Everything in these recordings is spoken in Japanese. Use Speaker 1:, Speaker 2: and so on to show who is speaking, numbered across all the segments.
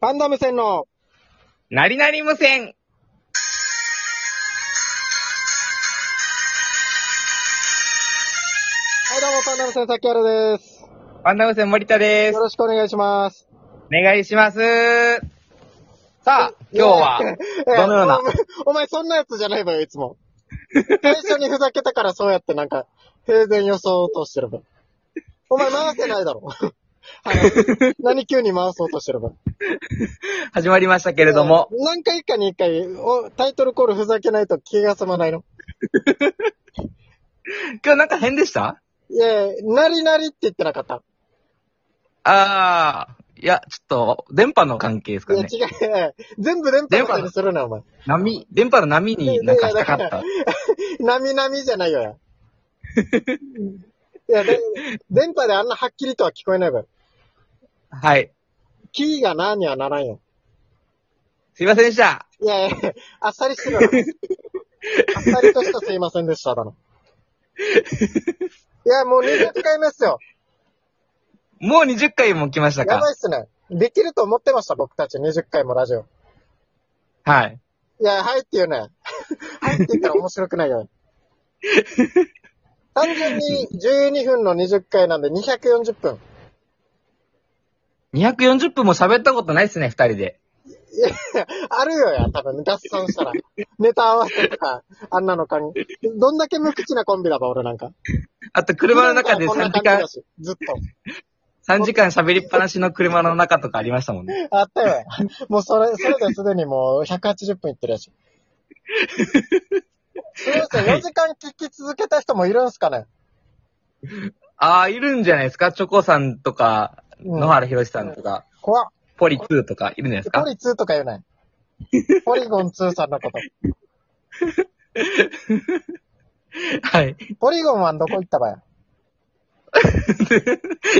Speaker 1: パンダム戦の、
Speaker 2: なりなり無線
Speaker 1: はいどうも、パンダム戦、さきはるです。
Speaker 2: パンダ無線森田です
Speaker 1: よ。ろしくお願いします。
Speaker 2: お願いします。さあ、今日は、どのような
Speaker 1: えー、お前お前そんなやつじゃないわよ、いつも。最初にふざけたからそうやってなんか、平然予想としてる分。お前回せないだろ。 はい何急に回そうとしてる分。
Speaker 2: 始まりましたけれども、
Speaker 1: えー。何回かに一回お、タイトルコールふざけないと気が済まないの。
Speaker 2: 今日なんか変でした
Speaker 1: いやいや、なりなりって言ってなかった。
Speaker 2: ああ、いや、ちょっと、電波の関係ですか
Speaker 1: いや、
Speaker 2: ね。
Speaker 1: 違ういやいや。全部連覇のせいにするな、お前。
Speaker 2: 波、電波の波になんか引っかかった。
Speaker 1: なみなみじゃないよや。いや、で、電波であんなはっきりとは聞こえない分。
Speaker 2: はい。
Speaker 1: キーがなーにはならんよ。
Speaker 2: すいませんでした。
Speaker 1: いやいや、あっさりしてるわ。あっさりとしたすいませんでした、だの。いや、もう20回目っすよ。
Speaker 2: もう20回も来ました
Speaker 1: やばい
Speaker 2: か。
Speaker 1: っすね。できると思ってました、僕たち20回もラジオ。
Speaker 2: はい。
Speaker 1: いや、はいって言うね。はいって言ったら面白くないよ。単純に12分の20回なんで240分。
Speaker 2: 240分も喋ったことないっすね、二人で。
Speaker 1: いやいや、 あるよや、多分、合算したら。 ネタ合わせとか、あんなのかに。どんだけ無口なコンビだば、俺なんか。
Speaker 2: あと、車の中で
Speaker 1: 普段
Speaker 2: 3
Speaker 1: か
Speaker 2: 時
Speaker 1: らこんな感
Speaker 2: 間、
Speaker 1: じだしずっと。
Speaker 2: 3時間喋りっぱなしの車の中とかありましたもん ね。
Speaker 1: あったよや。もうそ れ、それですでにもう180分いってるやし。そうですよ、
Speaker 2: はい
Speaker 1: 4時間聞き続けた人もいるんすかね。
Speaker 2: ああ、いるんじゃないですかチョコさんとか、
Speaker 1: うん
Speaker 2: 野原ひろしさんとか。
Speaker 1: 怖っ。
Speaker 2: ポリ2とかいるんじゃないです
Speaker 1: ポ
Speaker 2: か
Speaker 1: リ2とか言うね。ポリゴン2さんのこと。
Speaker 2: はい。
Speaker 1: ポリゴンはどこ行ったばや。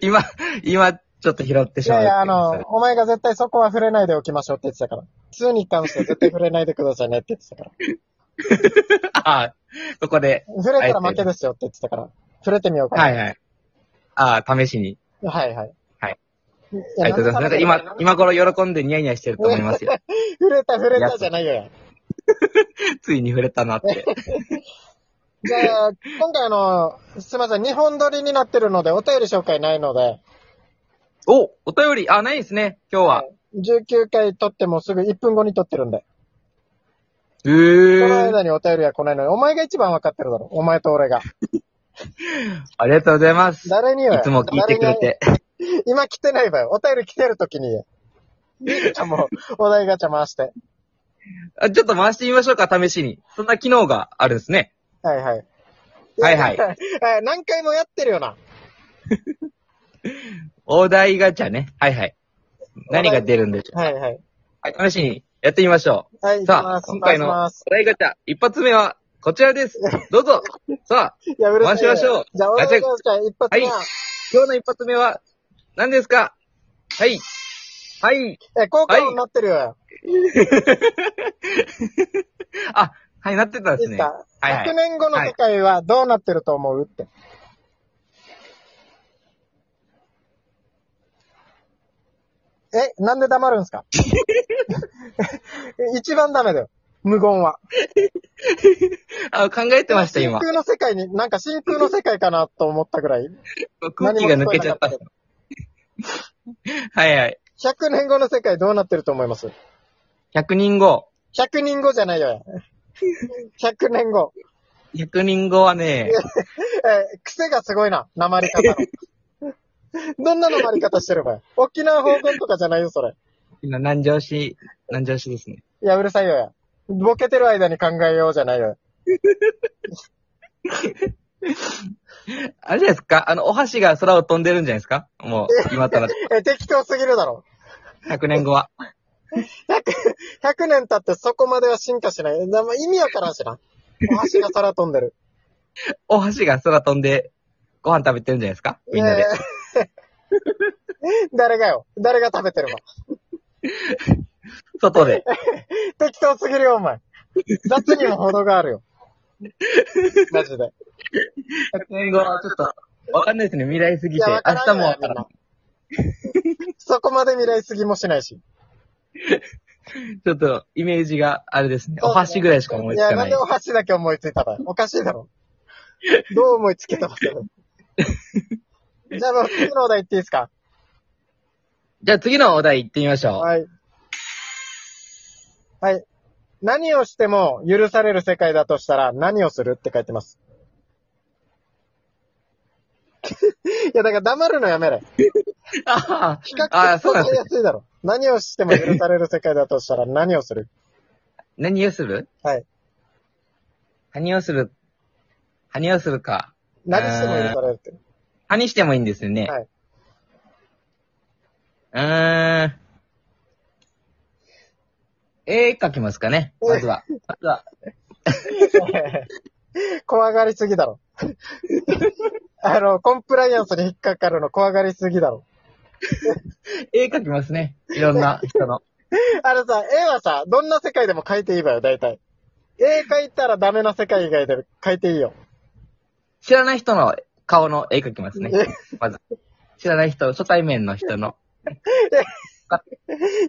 Speaker 2: 今、今、ちょっと拾って
Speaker 1: い
Speaker 2: しまう
Speaker 1: やいや、
Speaker 2: ってう
Speaker 1: あの、お前が絶対そこは触れないでおきましょうって言ってたから。2に関しては絶対触れないでくださいねって言ってたから。
Speaker 2: ああ、ここで。
Speaker 1: 触れたら負けですよって言ってたから、触れてみようかな。
Speaker 2: はいはい。ああ、試しに。
Speaker 1: はいはい。
Speaker 2: は
Speaker 1: や。
Speaker 2: いありがとうございます。なんか今、今頃喜んでニヤニヤしてると思いますよ。
Speaker 1: 触れた触れたじゃないよや。
Speaker 2: ついに触れたなって。
Speaker 1: じゃあ、今回あの、すいません、日本撮りになってるので、お便り紹介ないので、
Speaker 2: お、お便り、あ、ないですね、今日は。
Speaker 1: 19回撮ってもすぐ1分後に撮ってるんで、
Speaker 2: え
Speaker 1: この
Speaker 2: ー。
Speaker 1: 間にお便りは来ないのに、お前が一番分かってるだろ。お前と俺が。
Speaker 2: ありがとうございます。
Speaker 1: 誰によや
Speaker 2: いつも聞いてくれ。て。
Speaker 1: 誰に今来てないわよ。お便り来てる時に言え。いいかもう、お題ガチャ回して。
Speaker 2: あちょっと回してみましょうか、試しに。そんな機能があるんですね。
Speaker 1: はいはい。
Speaker 2: はい はい
Speaker 1: や。え何回もやってるよな。
Speaker 2: お題ガチャね。はいはい。何が出るんでしょ
Speaker 1: はいはい。
Speaker 2: う。はい、試しにやってみましょう。
Speaker 1: はい、行き
Speaker 2: さ
Speaker 1: ま
Speaker 2: あ、
Speaker 1: す
Speaker 2: 今回の
Speaker 1: 回し
Speaker 2: お
Speaker 1: ます
Speaker 2: 題ガチャ、一発目はこちらです。どうぞ。さあ、
Speaker 1: いや、うるさいよ
Speaker 2: 回しましょう
Speaker 1: じゃあ、お願いしますじゃあ一発目は、
Speaker 2: は今日の一発目は何ですかはい。はい。
Speaker 1: え、効果音なってるよ。
Speaker 2: あ、はい、なってたん
Speaker 1: い
Speaker 2: で
Speaker 1: い
Speaker 2: す
Speaker 1: っ
Speaker 2: ね。
Speaker 1: すか
Speaker 2: はいはい
Speaker 1: ?100 年後の世界はどうなってると思うって。え、なんで黙るんす か一番ダメだよ。無言は。
Speaker 2: あ、考えてました、今
Speaker 1: 真。空の世界に、なんか真空の世界かなと思ったぐらい。
Speaker 2: 空気が抜けちゃった
Speaker 1: 何も聞こ。
Speaker 2: はいはい。
Speaker 1: 100年後の世界どうなってると思います
Speaker 2: 100人後。
Speaker 1: ?100 人後じゃないよ。100年後。
Speaker 2: 100人後は
Speaker 1: え
Speaker 2: ね、
Speaker 1: ー癖がすごい な、鉛り方の。どんな鉛り方してるばよ。沖縄方言とかじゃないよ、それ。
Speaker 2: 今、南城市、南城市ですね。
Speaker 1: いや、うるさいよや。ボケてる間に考えようじゃないよ。
Speaker 2: あれじゃないですかあの、お箸が空を飛んでるんじゃないですかもう、今から
Speaker 1: え、適当すぎるだろ。
Speaker 2: 100年後は。
Speaker 1: 100年経ってそこまでは進化しない。なま意味わからんしな。お箸が空飛んでる。
Speaker 2: お箸が空飛んで、ご飯食べてるんじゃないですかみんなで。
Speaker 1: えー誰がよ。誰が食べてるわ。
Speaker 2: 外で。
Speaker 1: 適当すぎるよ、お前。雑にも程があるよ。マジで。
Speaker 2: 100年後はちょっと、わかんないですね。未来すぎ
Speaker 1: い
Speaker 2: て。
Speaker 1: や、
Speaker 2: 明
Speaker 1: わから
Speaker 2: 日
Speaker 1: ん
Speaker 2: も
Speaker 1: よ
Speaker 2: わ
Speaker 1: み
Speaker 2: か
Speaker 1: ん
Speaker 2: ら
Speaker 1: な
Speaker 2: な。
Speaker 1: そこまで未来すぎもしないし。
Speaker 2: ちょっと、イメージがあれですね。お箸ぐらいしか思いつ
Speaker 1: い
Speaker 2: か
Speaker 1: や、な
Speaker 2: なんい
Speaker 1: で。お箸だけ思いついたのおかしいだろ。どう思いつけたのそれ じゃあもう次のお題言っていいですか
Speaker 2: じゃあ次のお題行ってみましょう。
Speaker 1: はい。はい。何をしても許される世界だとしたら何をするって書いてます。 いや、だから黙るのやめれ。
Speaker 2: あ
Speaker 1: 比較的
Speaker 2: あーそうなん
Speaker 1: 答
Speaker 2: で
Speaker 1: え
Speaker 2: す
Speaker 1: やすいだろ。何をしても許される世界だとしたら何をする
Speaker 2: 何をする
Speaker 1: はい。
Speaker 2: 何をする何をするか。
Speaker 1: 何しても許されるって。
Speaker 2: 何してもいいんですよね。
Speaker 1: はい。
Speaker 2: うーん。絵描きますかね。まずは。まずは。
Speaker 1: 怖がりすぎだろ。 あの、コンプライアンスに引っかかるの怖がりすぎだろ。
Speaker 2: 絵描きますね。いろんな人の。
Speaker 1: あれさ、絵はさ、どんな世界でも描いていいわよ、大体。絵描いたらダメな世界以外で描いていいよ。
Speaker 2: 知らない人の顔の絵描きますね
Speaker 1: え。
Speaker 2: まず。知らない人、初対面の人の。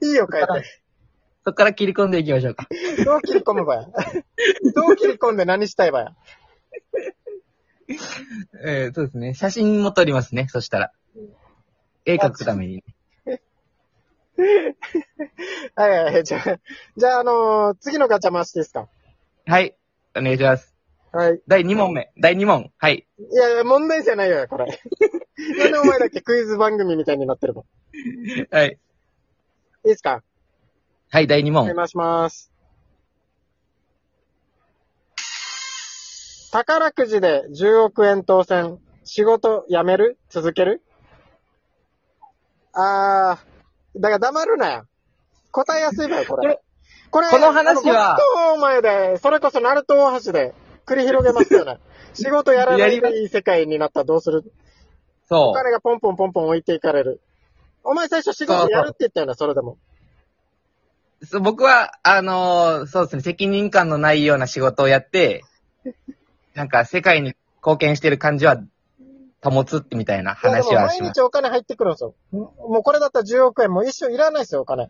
Speaker 1: いいよ、描い
Speaker 2: そこから切り込んでいきましょうか。
Speaker 1: て。どう切り込むばや。 どう切り込んで何したいばや。
Speaker 2: えー、そうですね。写真も撮りますね。そしたら。絵描くために。
Speaker 1: はいはいはい、じゃあ、じゃあ、あのー次のガチャ回していいですか
Speaker 2: はい。お願いします。
Speaker 1: はい。
Speaker 2: 第2問目。第2問。はい。
Speaker 1: いやいや、問題じゃないよ、これ。 なんでお前だけクイズ番組みたいになってるの
Speaker 2: はい。
Speaker 1: いいですか
Speaker 2: はい、第2
Speaker 1: はい、
Speaker 2: 問。
Speaker 1: 回します。宝くじで10億円当選。仕事辞める続けるあー、だから黙るなよ。答えやすいわよ、こ
Speaker 2: こ
Speaker 1: れ
Speaker 2: れ。
Speaker 1: これ
Speaker 2: この話は
Speaker 1: あの僕とお前で、それこそナルト大橋で繰り広げますよね。仕事やらないでいい世界になったらどうする
Speaker 2: そ
Speaker 1: お金がポンポンポンポン置いていかれる。お前最初仕事やるって言ったよね、それでも。
Speaker 2: うそう。僕は、あのーそうですね。責任感のないような仕事をやって、なんか世界に貢献してる感じは保つみたいない
Speaker 1: やでも
Speaker 2: 話はし
Speaker 1: 毎
Speaker 2: ま
Speaker 1: 日
Speaker 2: す。
Speaker 1: お金入ってくるんですよ。もうこれだったら10億円も一生いらないですよ、お金。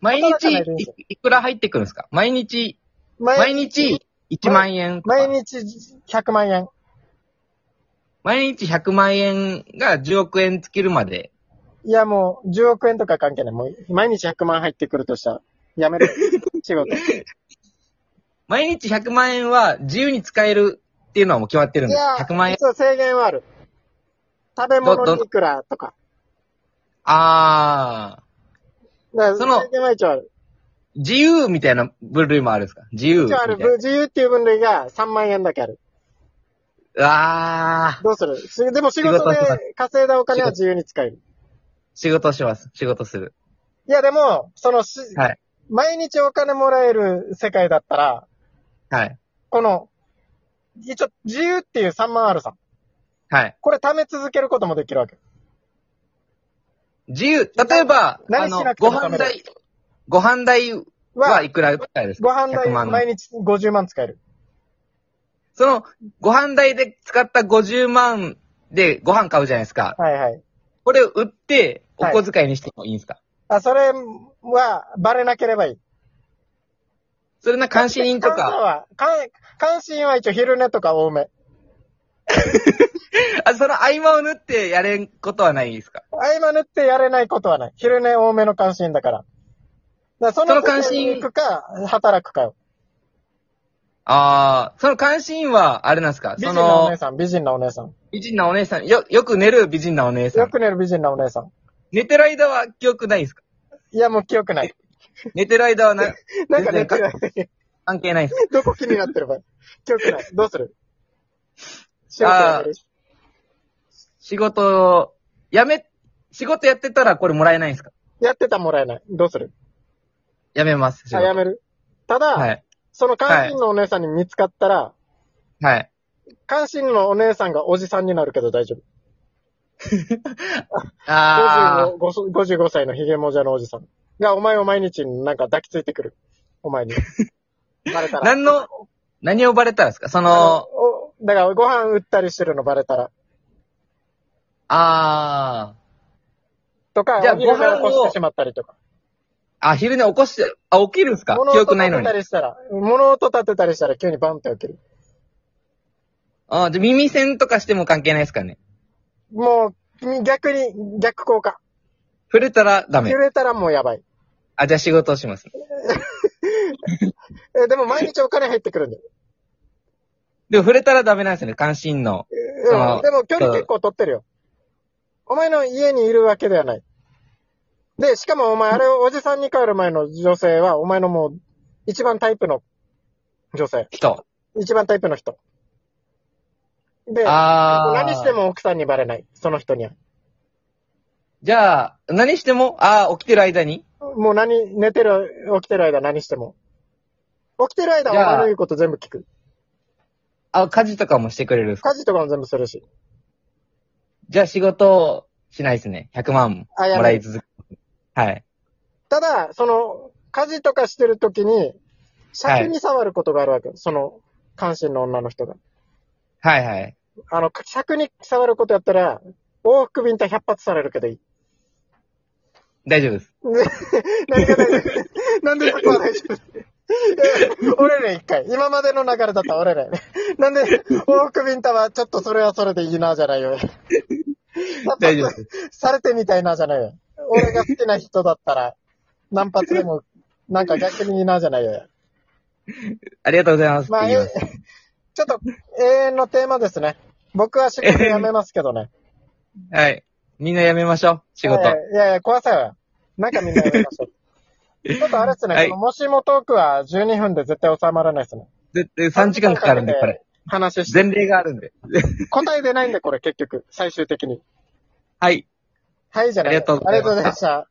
Speaker 2: 毎
Speaker 1: 働か
Speaker 2: 日
Speaker 1: ないでいいんですよ
Speaker 2: い、いくら入ってくるんですか毎日、毎
Speaker 1: 毎
Speaker 2: 日1万円とか。
Speaker 1: 毎日100万円。
Speaker 2: 毎日100万円が10億円尽きるまで。
Speaker 1: いやもう10億円とか関係ない。もう毎日100万入ってくるとしたら、やめ る。仕事。い
Speaker 2: 毎日100万円は自由に使えるっていうのはもう決まってるんです。
Speaker 1: や、
Speaker 2: 100万円。
Speaker 1: 一応制限はある。食べ物にいくらとか。
Speaker 2: あ
Speaker 1: だか
Speaker 2: そ
Speaker 1: ら
Speaker 2: の
Speaker 1: 制限は一応ある。
Speaker 2: ー。自由みたいな分類もあるんですか自由み
Speaker 1: 一
Speaker 2: たい
Speaker 1: 応ある。
Speaker 2: な。
Speaker 1: 自由っていう分類が3万円だけある。
Speaker 2: あー。
Speaker 1: どうするしでも仕事
Speaker 2: 仕事
Speaker 1: で
Speaker 2: とか
Speaker 1: 稼いだお金は自由に使える。
Speaker 2: 仕事します。仕事する。
Speaker 1: いやでも、そのし、
Speaker 2: はい。
Speaker 1: 毎日お金もらえる世界だったら、
Speaker 2: はい。
Speaker 1: この、一応、自由っていう3万あるさ。
Speaker 2: はい。
Speaker 1: これ貯め続けることもできるわけ。
Speaker 2: 自由。例えば、あ
Speaker 1: 何
Speaker 2: の
Speaker 1: しな、くて
Speaker 2: ご
Speaker 1: も食べれ
Speaker 2: 飯代、ご飯代
Speaker 1: は、
Speaker 2: はいくらくらいです
Speaker 1: ご
Speaker 2: か
Speaker 1: 飯代
Speaker 2: 100万の
Speaker 1: 毎日50万使える。
Speaker 2: その、ご飯代で使った50万でご飯買うじゃないですか。
Speaker 1: はいはい。
Speaker 2: これを売って、お
Speaker 1: はい
Speaker 2: 小遣いにしてもいいんですか、
Speaker 1: あ、それは、バレなければいい。
Speaker 2: それな、監視人と
Speaker 1: 監査
Speaker 2: か、
Speaker 1: は、監監視員は一応昼寝とか多め。
Speaker 2: あ、その合間を縫ってやれんことはないですか
Speaker 1: 合間縫ってやれないことはない。昼寝多めの監視員だから。だからその
Speaker 2: その監視員
Speaker 1: 世界に行くか、働くかよ。
Speaker 2: ああ、その監視員は、あれなんですか
Speaker 1: 美
Speaker 2: そ
Speaker 1: 人なお
Speaker 2: の
Speaker 1: 姉、さん、美人なお姉さん。
Speaker 2: 美人なお姉さん、よ、よく寝る美人なお姉さ
Speaker 1: よ
Speaker 2: ん。
Speaker 1: く寝る美人なお姉さん。
Speaker 2: 寝てる間は記憶ないんですか
Speaker 1: いや、もう記憶ない。
Speaker 2: 寝てる間は な、
Speaker 1: なんか寝てない。
Speaker 2: 関係ないんですか
Speaker 1: どこ気になってるばい記憶ない。どうする仕事やめる
Speaker 2: 仕事を、やめ、仕事やってたらこれもらえないんですか
Speaker 1: やってたらもらえない。どうする
Speaker 2: やめます。仕
Speaker 1: あ、
Speaker 2: 事
Speaker 1: やめる。ただ、
Speaker 2: はい。
Speaker 1: その監視員のお姉さんに見つかったら、
Speaker 2: はい。
Speaker 1: 監視員のお姉さんがおじさんになるけど大丈夫。
Speaker 2: あ
Speaker 1: 55, 55歳のヒゲもじゃのおじさんが、お前を毎日なんか抱きついてくる。お 前に。バレたら。
Speaker 2: あ、何の、何をバレたんですかそ
Speaker 1: あの
Speaker 2: の、
Speaker 1: おだからご飯売ったりしてるのバレたら。
Speaker 2: ああ、
Speaker 1: とか、
Speaker 2: じゃあ
Speaker 1: お昼寝
Speaker 2: ご飯を
Speaker 1: 起こしてしまったりとか。
Speaker 2: あ、昼寝起こして、あ、起きるんすか
Speaker 1: 物
Speaker 2: 記
Speaker 1: 音
Speaker 2: 憶ない
Speaker 1: 立
Speaker 2: の
Speaker 1: て
Speaker 2: に
Speaker 1: た。りしたら、物音立てたりしたら急にバンって起きる。
Speaker 2: あ、じゃあ耳栓とかしても関係ないですかね。
Speaker 1: もう、逆に、逆効果。
Speaker 2: 触れたらダメ
Speaker 1: 揺。れたらもうやばい。
Speaker 2: あ、じゃあ仕事をします。
Speaker 1: え、でも毎日お金入ってくる んだよ。
Speaker 2: でも触れたらダメなんですよね、関心の。
Speaker 1: う
Speaker 2: そ
Speaker 1: ん。
Speaker 2: の
Speaker 1: でも距離結構取ってるよ。お前の家にいるわけではない。で、しかもお前、あれをおじさんに変わる前の女性は、お前のもう、一番タイプの女性。
Speaker 2: 人。
Speaker 1: 一番タイプの人。で、
Speaker 2: あー。
Speaker 1: 何して。も奥さんにバレない。その人には。
Speaker 2: じゃあ、何しても、あー、起きてる間に
Speaker 1: もう何、寝てる、起きてる間何しても。起きてる間
Speaker 2: じゃあ
Speaker 1: は悪いこと全部聞く。
Speaker 2: あ、家事とかもしてくれるんですか
Speaker 1: 家事とかも全部するし。
Speaker 2: じゃあ仕事をしないですね。100万
Speaker 1: あやめる
Speaker 2: もらい続け。はい。
Speaker 1: ただ、その、家事とかしてるときに、
Speaker 2: は
Speaker 1: 尺
Speaker 2: い
Speaker 1: に触ることがあるわけよ。その、関心の女の人が。
Speaker 2: はいはい。
Speaker 1: あの、尺に触ることやったら、往復便って100発されるけど いい。
Speaker 2: 大丈夫です。
Speaker 1: 何が大丈夫なんで100は大丈夫いや折れる一回。今までの流れだったら折れない。なんで、往復便たは、ちょっとそれはそれでいいな、じゃないよ。
Speaker 2: 大丈夫です。
Speaker 1: されてみたいなじゃないよ。俺が好きな人だったら、何発でも、なんか逆にいいなじゃないよ。
Speaker 2: ありがとうございます。
Speaker 1: まあ、
Speaker 2: 言いま
Speaker 1: え
Speaker 2: す
Speaker 1: ちょっと、永遠のテーマですね。僕は仕事やめますけどね。
Speaker 2: はい。みんなやめましょう。 仕事。
Speaker 1: えーいやいや、怖さよ。なんかみんなやめまし ょう。ちょっとあれですね、
Speaker 2: はい
Speaker 1: このもしもトークは12分で絶対収まらないですね。
Speaker 2: 絶対3時間かかるんで、これ。。
Speaker 1: 話して。
Speaker 2: 前例があるんで。
Speaker 1: 答え出ないんで、これ結局、最終的に。
Speaker 2: はい。
Speaker 1: はい、じゃない
Speaker 2: ありがとうござい
Speaker 1: あ
Speaker 2: ました
Speaker 1: りがとうございました。